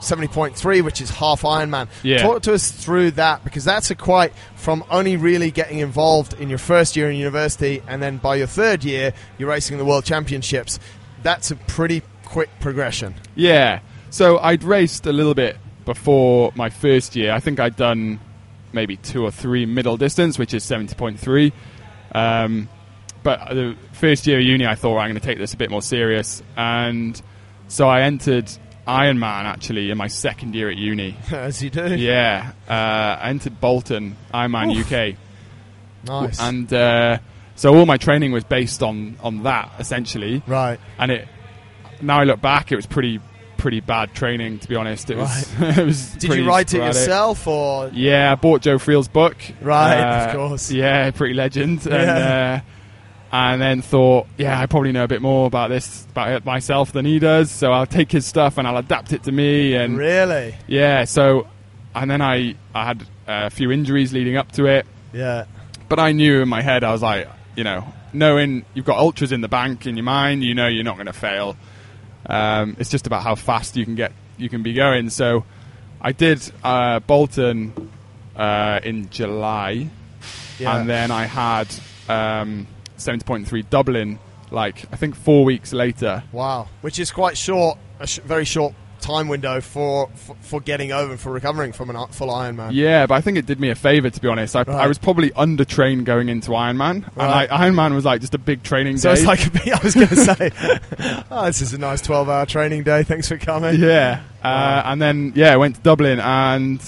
70.3, which is half Ironman.
Yeah.
Talk to us through that because that's a quite from only really getting involved in your first year in university and then by your third year you're racing in the World Championships. That's a pretty quick progression.
Yeah. So I'd raced a little bit before my first year. I think I'd done maybe two or three middle distance, which is 70.3. Um, but the first year of uni, I thought I'm going to take this a bit more serious. And so I entered Ironman actually in my second year at *laughs* uni.
*laughs* As you do.
Yeah, uh, I entered Bolton, Ironman UK,
Nice.
and uh, so all my training was based on on that essentially.
right.
And it now I look back, it was pretty pretty bad training to be honest. It was. *laughs* it was
Did
pretty
you write it
sporadic.
yourself or
Yeah, I bought Joe Friel's book.
Right, of course.
Uh, Yeah, pretty legend. And,
Yeah.
uh, and then thought, yeah, I probably know a bit more about this about it myself than he does, so I'll take his stuff and I'll adapt it to me. And
Really?
Yeah, so and then I I had a few injuries leading up to it,
Yeah.
but I knew in my head I was like, you know, knowing you've got ultras in the bank in your mind, you know you're not going to fail. Um, it's just about how fast you can get you can be going. So I did uh, Bolton uh, in July,
Yeah.
and then I had um, 70.3 Dublin. Like I think four weeks later,
wow, which is quite short, a sh- very short time window for, for for getting over and for recovering from a i- full Ironman.
Yeah, but I think it did me a favour to be honest. I, I was probably undertrained going into Ironman, and
Right.
like Ironman was like just a big training
So
day.
it's like *laughs* a bit- I was going to say, oh, this is a nice twelve-hour training day. Thanks for coming.
yeah, uh, and then yeah, I went to Dublin, and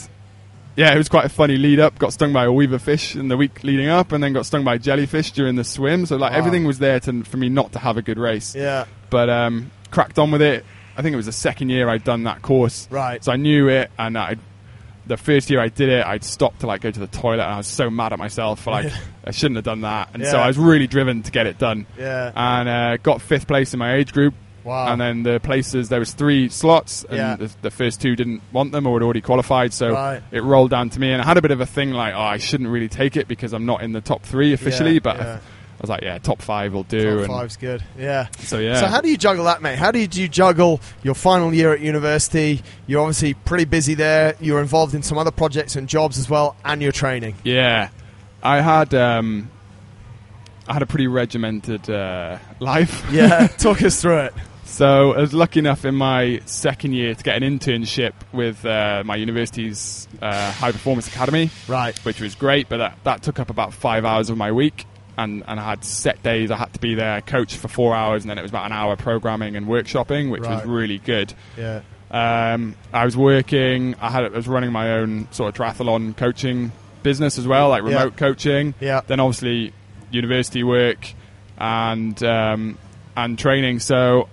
yeah, it was quite a funny lead up. Got stung by a weaver fish in the week leading up, and then got stung by a jellyfish during the swim. So like
Wow.
everything was there to, for me not to have a good race.
Yeah.
But um, cracked on with it. I think it was the second year I'd done that course.
Right.
So I knew it, and I, the first year I did it, I'd stopped to like go to the toilet, and I was so mad at myself
*laughs*
for like I shouldn't have done that, and so
Yeah.
I was really driven to get it done,
Yeah.
and uh, got fifth place in my age group.
Wow.
And then the places there was three slots, and
Oh. Yeah.
the, the first two didn't want them or had already qualified, so
Right.
it rolled down to me, and I had a bit of a thing like, oh, I shouldn't really take it because I'm not in the top three officially, but
yeah.
I, was like, yeah, top five will do.
Top
and
five's good. Yeah.
So yeah.
So how do you juggle that, mate? How did you juggle your final year at university? You're obviously pretty busy there. You're involved in some other projects and jobs as well, and your training.
Yeah, I had um, I had a pretty regimented uh, life.
Yeah. *laughs* Talk us through it.
*laughs* so I was lucky enough in my second year to get an internship with uh, my university's uh, high performance academy,
Right.
which was great. But that, that took up about five hours of my week, and and I had set days. I had to be there, coach for four hours, and then it was about an hour programming and workshopping, which was
Right.
really good.
Yeah.
Um, I was working. I had I was running my own sort of triathlon coaching business as well, like
Yeah.
remote coaching.
Yeah.
Then obviously university work and um, and training. So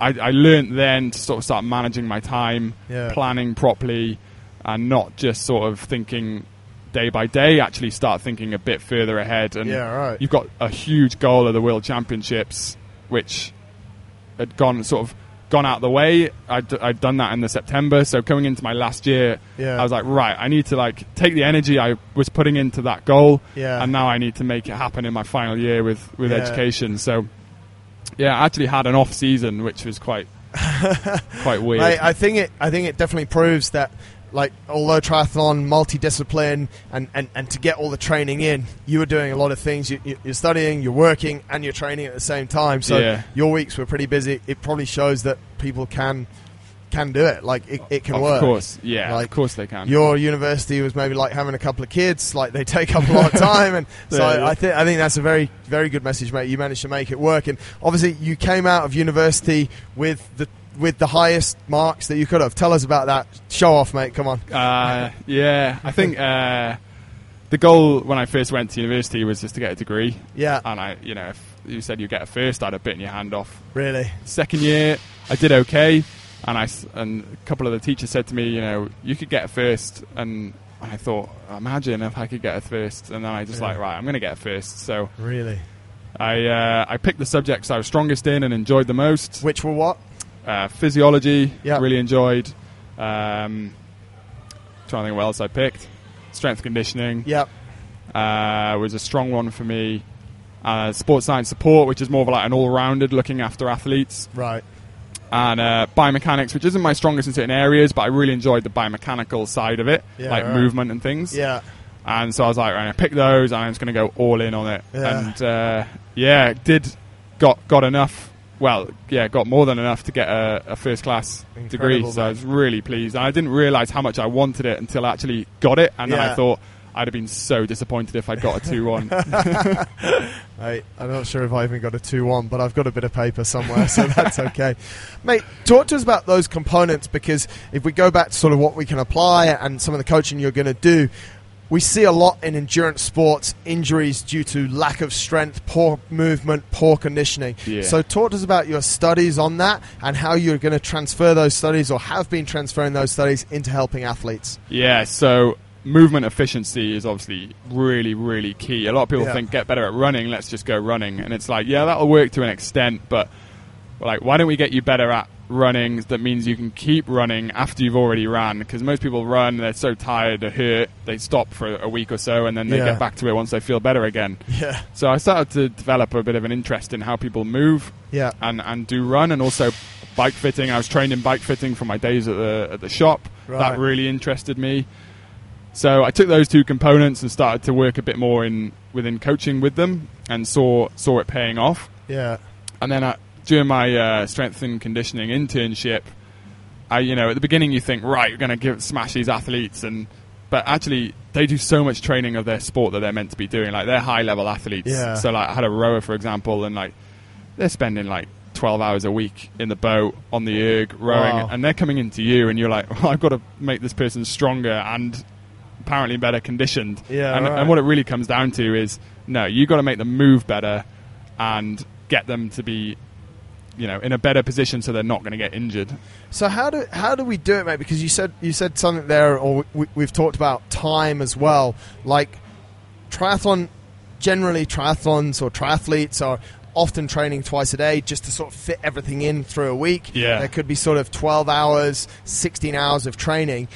I, I learned then to sort of start managing my time,
Yeah.
planning properly, and not just sort of thinking day by day. Actually, start thinking a bit further ahead. And
Yeah, right.
you've got a huge goal of the World Championships, which had gone sort of gone out the way. I'd, I'd done that in the September, so coming into my last year,
Yeah.
I was like, right, I need to like take the energy I was putting into that goal,
Yeah.
and now I need to make it happen in my final year with with
Yeah.
education. So, yeah, I actually had an off season, which
*laughs*
was quite quite weird.
Mate, I think it. I think it definitely proves that, like, although triathlon, multidiscipline, and, and, and to get all the training in, you were doing a lot of things. You, you, you're studying, you're working, and you're training at the same time. So
Yeah.
your weeks were pretty busy. It probably shows that people can can do it. Like it, it can
of
work.
course, yeah,
Like,
of course they can.
Your university was maybe like having a couple of kids. Like they *laughs* take up a lot of time, *laughs* and so
Yeah, yeah.
I, I think I think that's a very very good message, mate. You managed to make it work, and obviously you came out of university with the with the highest marks that you could have. Tell us about that. Show off, mate. Come on.
Uh, yeah, I think uh, the goal when I first went to university was just to get a degree.
Yeah.
And I, you know, if you said you get a first, I'd have bitten your hand off.
Really.
Second year, I did okay, and I s- and a couple of the teachers said to me, you know, you could get a first, and I thought, imagine if I could get a first, and then I just
Yeah.
like, right, I'm going to get a first. So
Really. I,
I uh, I picked the subjects I was strongest in and enjoyed the most.
Which were what?
Uh, physiology,
Yeah.
really enjoyed. Um, trying to think what else I picked. Strength conditioning
Yep.
uh, was a strong one for me. Uh, sports science support, which is more of like an all-rounded looking after athletes,
Right.
and uh, biomechanics, which isn't my strongest in certain areas, but I really enjoyed the biomechanical side of it,
Yeah,
like
right.
movement and things.
Yeah.
And so I was like, right, I picked those, and I'm just going to go all in on it.
Yeah.
And uh, yeah, did got got enough. Well, yeah, got more than enough to get a, a first class degree.
Incredible,
So I
mate.
was really pleased, and I didn't realize how much I wanted it until I actually got it, and then
Yeah.
I thought. I'd have been so disappointed if I'd got a
*laughs*
2 1.
I, I'm not sure if I even got a 2 1, but I've got a bit of paper somewhere, so that's okay. Mate, talk to us about those components because if we go back to sort of what we can apply and some of the coaching you're going to do, we see a lot in endurance sports injuries due to lack of strength, poor movement, poor conditioning.
Yeah.
So, talk to us about your studies on that and how you're going to transfer those studies or have been transferring those studies into helping athletes.
Yeah, so movement efficiency is obviously really, really key. A lot of people
Yeah.
think get better at running, let's just go running. And it's like, yeah, that'll work to an extent, but like, why don't we get you better at running that means you can keep running after you've already ran? Because most people run, they're so tired or hurt, they stop for a week or so and then they
Yeah.
get back to it once they feel better again.
Yeah.
So I started to develop a bit of an interest in how people move
Yeah.
and, and do run and also bike fitting. I was trained in bike fitting for my days at the at the shop.
Right.
That really interested me. So I took those two components and started to work a bit more in within coaching with them and saw saw it paying off.
Yeah.
And then I, during my uh, strength and conditioning internship, I you know at the beginning you think right you're going to give smash these athletes and but actually they do so much training of their sport that they're meant to be doing like they're high level athletes.
Yeah.
So like I had a rower for example and like they're spending like 12 hours a week in the boat on the erg rowing
Wow.
and they're coming into you and you're like well, I've got to make this person stronger and apparently better conditioned.
Yeah,
And,
right.
and what it really comes down to is no, you got to make them move better and get them to be you know in a better position so they're not going to get injured.
So how do how do we do it, mate? Because you said you said something there, or we, we've talked about time as well. Like triathlon, generally triathlons or triathletes are often training twice a day just to sort of fit everything in through a week.
Yeah.
there could be sort of twelve hours, sixteen hours of training.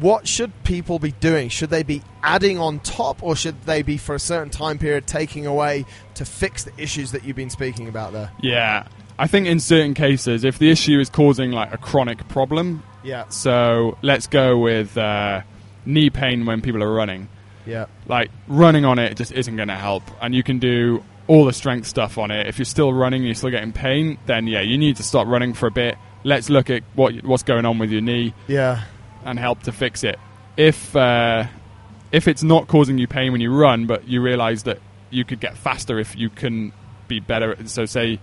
what should people be doing? Should they be adding on top, or should they be for a certain time period taking away to fix the issues that you've been speaking about there?
Yeah. I think in certain cases, if the issue is causing like a chronic problem,
Yeah,
so let's go with uh, knee pain when people are running.
yeah,
Like running on it just isn't going to help, and you can do all the strength stuff on it. If you're still running, and you're still getting pain. Then yeah, you need to stop running for a bit. Let's look at what what's going on with your knee
yeah,
and help to fix it. If uh, if it's not causing you pain when you run, but you realise that you could get faster if you can be better. at- So say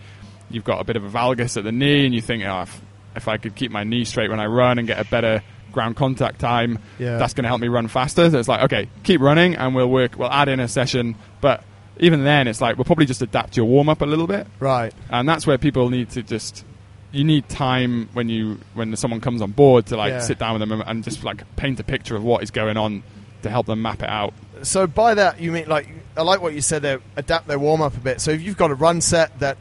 you've got a bit of a valgus at the knee, and you think, oh, if, if I could keep my knee straight when I run and get a better ground contact time,
Yeah.
that's going to help me run faster. So it's like, okay, keep running, and we'll work. We'll add in a session, but even then, it's like we'll probably just adapt your warm up a little bit
right.
and that's where people need to just you need time when you when someone comes on board to like
Yeah.
sit down with them and, and just like paint a picture of what is going on to help them map it out
So by that you mean like I like what you said there. Adapt their warm up a bit. So if you've got a run set that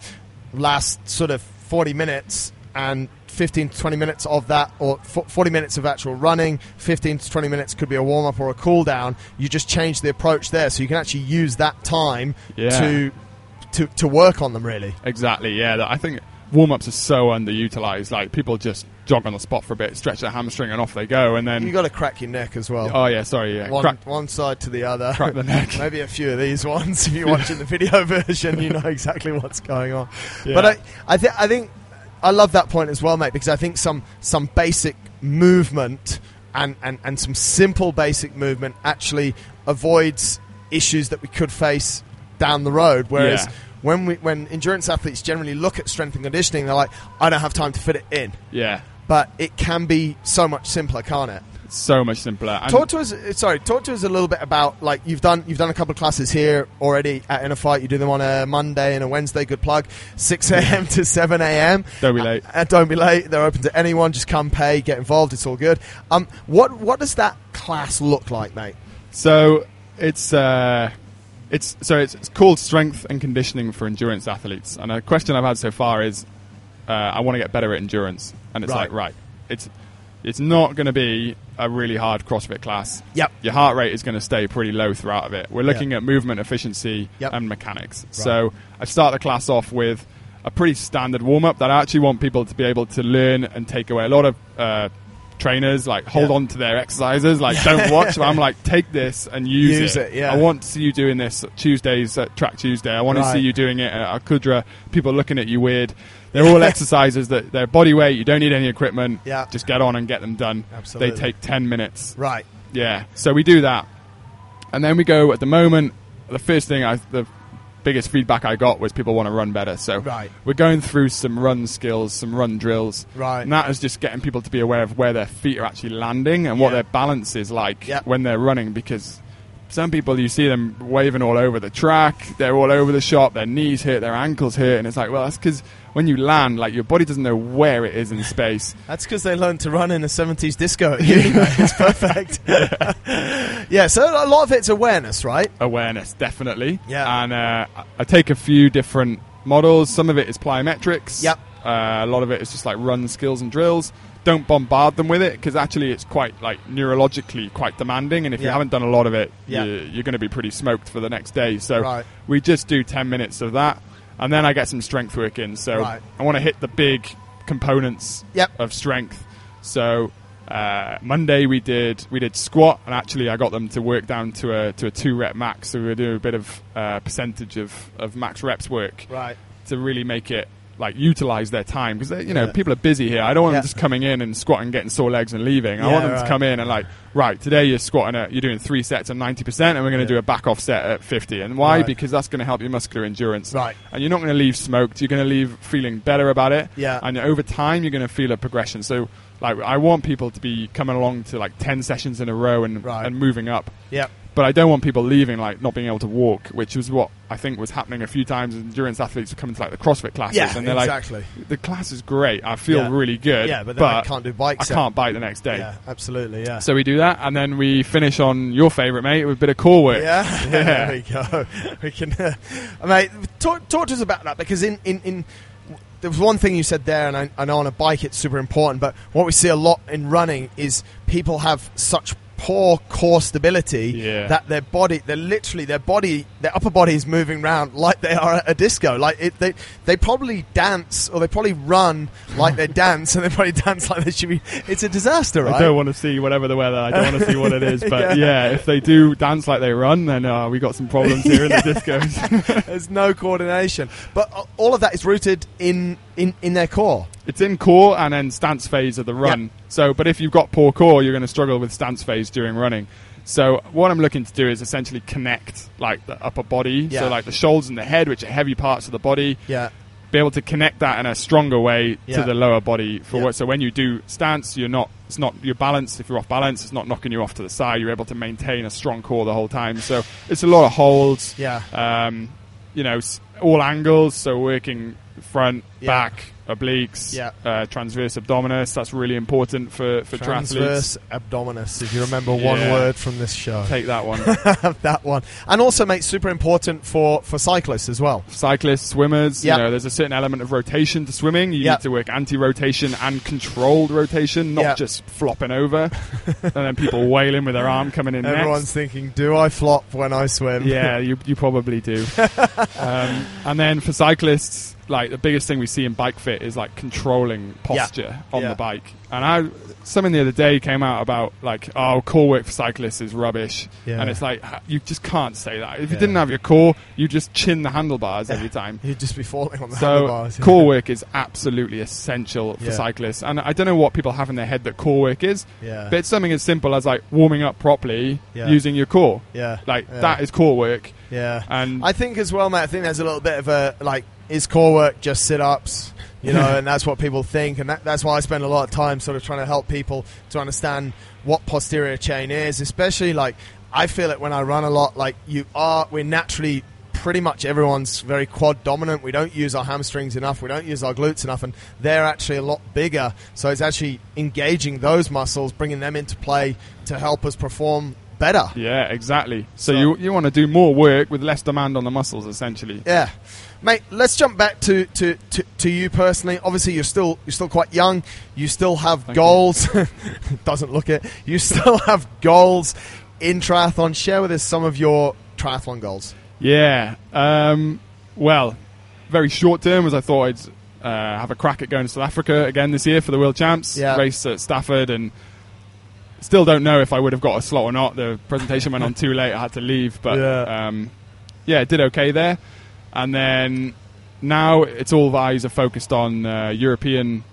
lasts sort of forty minutes and. 15 to 20 minutes of that, or fo- 40 minutes of actual running, 15 to 20 minutes could be a warm up or a cool down. You just change the approach there so you can actually use that time
Yeah.
to, to to work on them, really.
exactly yeah that- i think warm-ups are so underutilized like people just jog on the spot for a bit stretch their hamstring and off they go and then
you got to crack your neck as well.
oh yeah sorry yeah
one,
crack,
one side to the other. *laughs*
crack the neck
Maybe a few of these *laughs* ones. If you're watching the video *laughs* version, you know exactly what's going on.
Yeah.
But I, I, th- I think I love that point as well, mate, because I think some some basic movement and, and, and some simple basic movement actually avoids issues that we could face down the road. Whereas
Yeah.
when we when endurance athletes generally look at strength and conditioning, they're like, I don't have time to fit it in.
yeah
But it can be so much simpler, can't it?
it's so much simpler And-
talk to us. uh, Sorry, talk to us a little bit about like you've done. You've done a couple of classes here already at In a Fight. You do them on a Monday and a Wednesday. Good plug. Six a.m. to seven a.m.
Don't be late.
Uh, don't be late. They're open to anyone. Just come, pay, get involved. It's all good. Um, what what does that class look like, mate?
So it's uh, it's so it's, it's called strength and conditioning for endurance athletes. And a question I've had so far is, uh, I want to get better at endurance, and it's
Right.
like right, it's it's not going to be a really hard CrossFit class.
Yep.
Your heart rate is going to stay pretty low throughout of it. We're looking at movement efficiency
Yep.
and mechanics. So I start the class off with a pretty standard warm up that I actually want people to be able to learn and take away. A lot of uh, trainers like hold
Yeah.
on to their
*laughs*
exercises, like don't watch. but I'm like, take this and use use,
Use
it.
it, yeah.
I want to see you doing this at Tuesdays at Track Tuesday. I want to
Right.
see you doing it at Kudra. People looking at you weird. They're
*laughs*
all exercises that they're body weight. You don't need any equipment.
Yeah.
Just get on and get them done.
Absolutely.
They take 10 minutes.
Right.
Yeah. So we do that. And then we go at the moment, the first thing I, the biggest feedback I got was people want to run better. So
Right.
we're going through some run skills, some run drills.
Right.
And that is just getting people to be aware of where their feet are actually landing and what
Yeah.
their balance is like
Yeah.
when they're running because some people you see them waving all over the track, they're all over the shop, their knees hurt, their ankles hurt, and it's like, well, that's because when you land, like your body doesn't know where it is in space.
That's because they learned to run in a 70s disco *laughs* at uni, mate. It's perfect. *laughs* yeah, so a lot of it's awareness, right?
awareness, definitely.
Yeah.
And uh, I- I take a few different models. Some of it is plyometrics.
Yep.
Uh, a lot of it is just like run skills and drills. Don't bombard them with it because actually it's quite like neurologically quite demanding, and if you
Yeah.
haven't done a lot of it,
Yeah.
you, you're going to be pretty smoked for the next day. So
Right.
we just do ten minutes of that, and then I get some strength work in. So
Right.
I want to hit the big components
Yep.
of strength. So uh, Monday we did we did squat, and actually I got them to work down to a to a two rep max. So we were doing a bit of uh, percentage of of max reps work
Right.
to really make it like utilize their time because you know
Yeah.
people are busy here. I don't want
Yeah.
them just coming in and squatting, getting sore legs, and leaving. I
Yeah,
want them
right.
to come in and like right today you're squatting at you're doing three sets of ninety percent, and we're going to
Yeah.
do a back off set at fifty. And why?
Right.
Because that's going to help your muscular endurance.
Right.
And you're not going to leave smoked. You're going to leave feeling better about it.
Yeah.
And over time, you're going to feel a progression. So, like, I want people to be coming along to like ten sessions in a row and
Right.
and moving up.
Yep.
But I don't want people leaving like not being able to walk, which was what I think was happening a few times. Endurance athletes were coming to like the CrossFit classes,
Yeah,
and they're
exactly.
like, "The class is great. I feel
Yeah.
really good.
Yeah, but then I can't do bike
I
set."
can't bike the next day."
Yeah, absolutely, yeah.
So we do that, and then we finish on your favorite mate with a bit of core work. *laughs*
Yeah, *laughs* there we go. We can, uh, mate. Talk, talk to us about that because in in, in there was one thing you said there, and I, I know on a bike it's super important, but what we see a lot in running is people have such poor core stability
Yeah.
that their body, they're literally their body, their upper body is moving around like they are at a disco. Like it, they, they probably dance or they probably run like
*laughs*
they dance, and they probably dance like they should be. It's a disaster, right?
I don't want to see whatever the weather. I don't want to see what it
*laughs*
is. But
Yeah.
yeah, if they do dance like they run, then uh, we got some problems here
*laughs*
in the discos. *laughs*
There's no coordination, but uh, all of that is rooted in in, in their core.
it's in core and then stance phase of the run. So, but if you've got poor core, you're going to struggle with stance phase during running. So, what I'm looking to do is essentially connect like the upper body,
Yeah.
so like the shoulders and the head, which are heavy parts of the body,
Yeah.
be able to connect that in a stronger way
Yeah.
to the lower body for
Yeah.
what so when you do stance you're not it's not your balance if you're off balance it's not knocking you off to the side you're able to maintain a strong core the whole time so it's a lot of holds
Yeah.
um you know s- all angles so working front
Yeah.
back obliques
Yeah.
uh, transverse abdominus that's really important for for triathletes
Transverse abdominis, if you remember one
Yeah.
word from this *laughs* show.
take that one
Have that one. And also, mate, super important for, for cyclists as well.
cyclists, swimmers.
Yep.
You know, there's a certain element of rotation to swimming. You
Yep.
need to work anti-rotation and controlled rotation, not
Yep.
just flopping
*laughs*
over. and then people wailing with their arm coming in
Everyone's
next.
thinking, do I flop when I swim? *laughs*
Yeah, you, you probably do. um, and then for cyclists, like the biggest thing we see in bike fit is like controlling posture on
Yeah.
the bike. And I something the other day came out about like oh core work for cyclists is rubbish.
Yeah.
And it's like h- you just can't say that. If you
Yeah.
didn't have your core, you just chin the handlebars
*laughs*
every time.
You'd just be falling *laughs* on the
So
handlebars.
core work is absolutely essential for
Yeah.
cyclists, and I don't know what people have in their head that core work is,
Yeah.
but it's something as simple as like warming up properly
Yeah.
using your core.
yeah.
Like
Yeah.
that is core work,
Yeah.
and
I think as well, mate. I think there's a little bit of a like, is core work just sit ups? You know, and that's what people think, and that, that's why I spend a lot of time sort of trying to help people to understand what posterior chain is, especially like I feel it when I run a lot. Like you are, we're naturally pretty much everyone's very quad dominant. We don't use our hamstrings enough. We don't use our glutes enough, and they're actually a lot bigger. So it's actually engaging those muscles, bringing them into play to help us perform better.
yeah, exactly. So,
So-
you you want to do more work with less demand on the muscles, essentially.
Yeah, mate. Let's jump back to, to, to, to you personally. Obviously, you're still you're still quite young. You still have
Thank
goals. *laughs* Doesn't look it. You still *laughs* have goals in triathlon. Share with us some of your triathlon goals.
Yeah. Um, well, very short term as I thought I'd uh, have a crack at going to South Africa again this year for the World Champs
Yeah.
race at Stafford, and still don't know if I would have got a slot or not. The presentation went on too late; I had to leave. But
Yeah.
yeah, um, yeah did okay there, and then now it's all eyes are focused on uh, European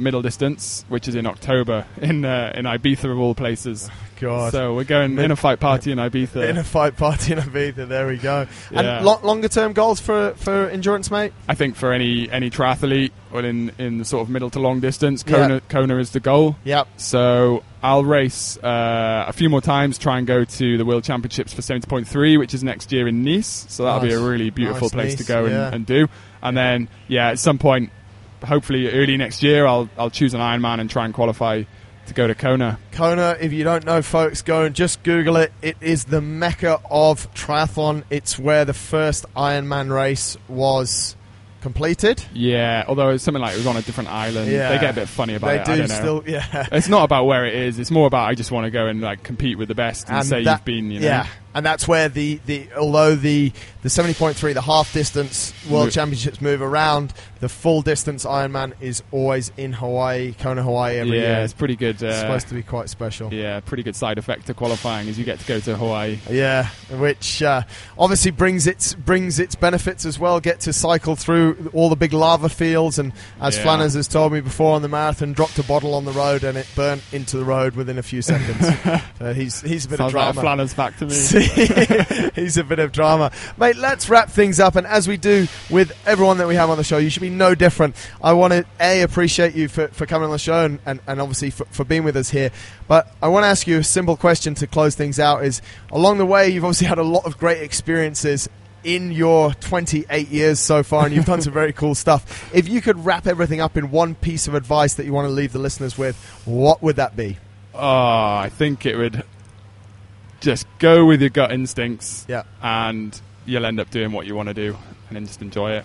middle distance, which is in October in uh, in Ibiza of all places.
God.
So we're going in a fight party in Ibiza.
Oh, in a fight party in Ibiza, there we go.
Yeah.
And lo- longer term goals for, for endurance, mate.
I think for any any triathlete or in in the sort of middle to long distance, Kona Kona is the goal.
Yep.
So I'll race uh, a few more times, try and go to the World Championships for seventy point three, which is next year in Nice. So that'll be
Nice.
a really beautiful
Nice,
place
Nice,
to go and,
yeah.
and do. And then yeah, at some point, hopefully early next year, I'll I'll choose an Ironman and try and qualify to go to Kona.
Kona, if you don't know, folks, go and just Google it. It is the mecca of triathlon. It's where the first Ironman race was completed.
Yeah, although it's something like it was on a different island.
Yeah.
They get a bit funny about
they
it.
do
I don't know.
still,
*laughs*
yeah.
it's not about where it is. It's more about I just want to go and like compete with the best and, say
that-
you've been. You know?
Yeah, and that's where the, the although the the seventy point three, the half distance world
Mo-
championships move around, the full distance Ironman is always in Hawaii, Kona, Hawaii every
yeah,
year.
it's pretty good.
It's
Uh,
supposed to be quite special.
yeah, pretty good side effect to qualifying is you get to go to Hawaii.
Yeah, which uh, obviously brings its brings its benefits as well. Get to cycle through all the big lava fields, and as
Yeah.
Flanners has told me before on the marathon, dropped a bottle on the road and it burnt into the road within a few seconds.
*laughs*
so he's he's a bit
Sounds
of drama.
like a Flanners back to me.
*laughs* See, he's a bit of drama. Mate, let's wrap things up. And as we do with everyone that we have on the show, you should be no different. I want to, A, appreciate you for, for coming on the show and, and, and obviously for, for being with us here. But I want to ask you a simple question to close things out is along the way, you've obviously had a lot of great experiences in your 28 years so far and you've done some very cool stuff. If you could wrap everything up in one piece of advice that you want to leave the listeners with, what would that be?
Oh, I think it would just go with your gut instincts
Yeah.
and you'll end up doing what you want to do and then just enjoy it.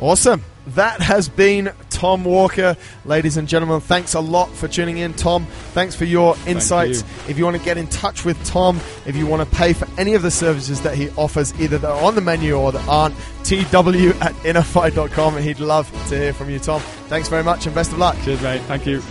Awesome. That has been Tom Walker. Ladies and gentlemen, thanks a lot for tuning in, Tom. Thanks for your insights.
you.
If you want to get in touch with Tom, if you want to pay for any of the services that he offers, either that are on the menu or that aren't, tw at innerfight.com. And he'd love to hear from you, Tom. Thanks very much and best of luck.
Cheers, mate. Thank you.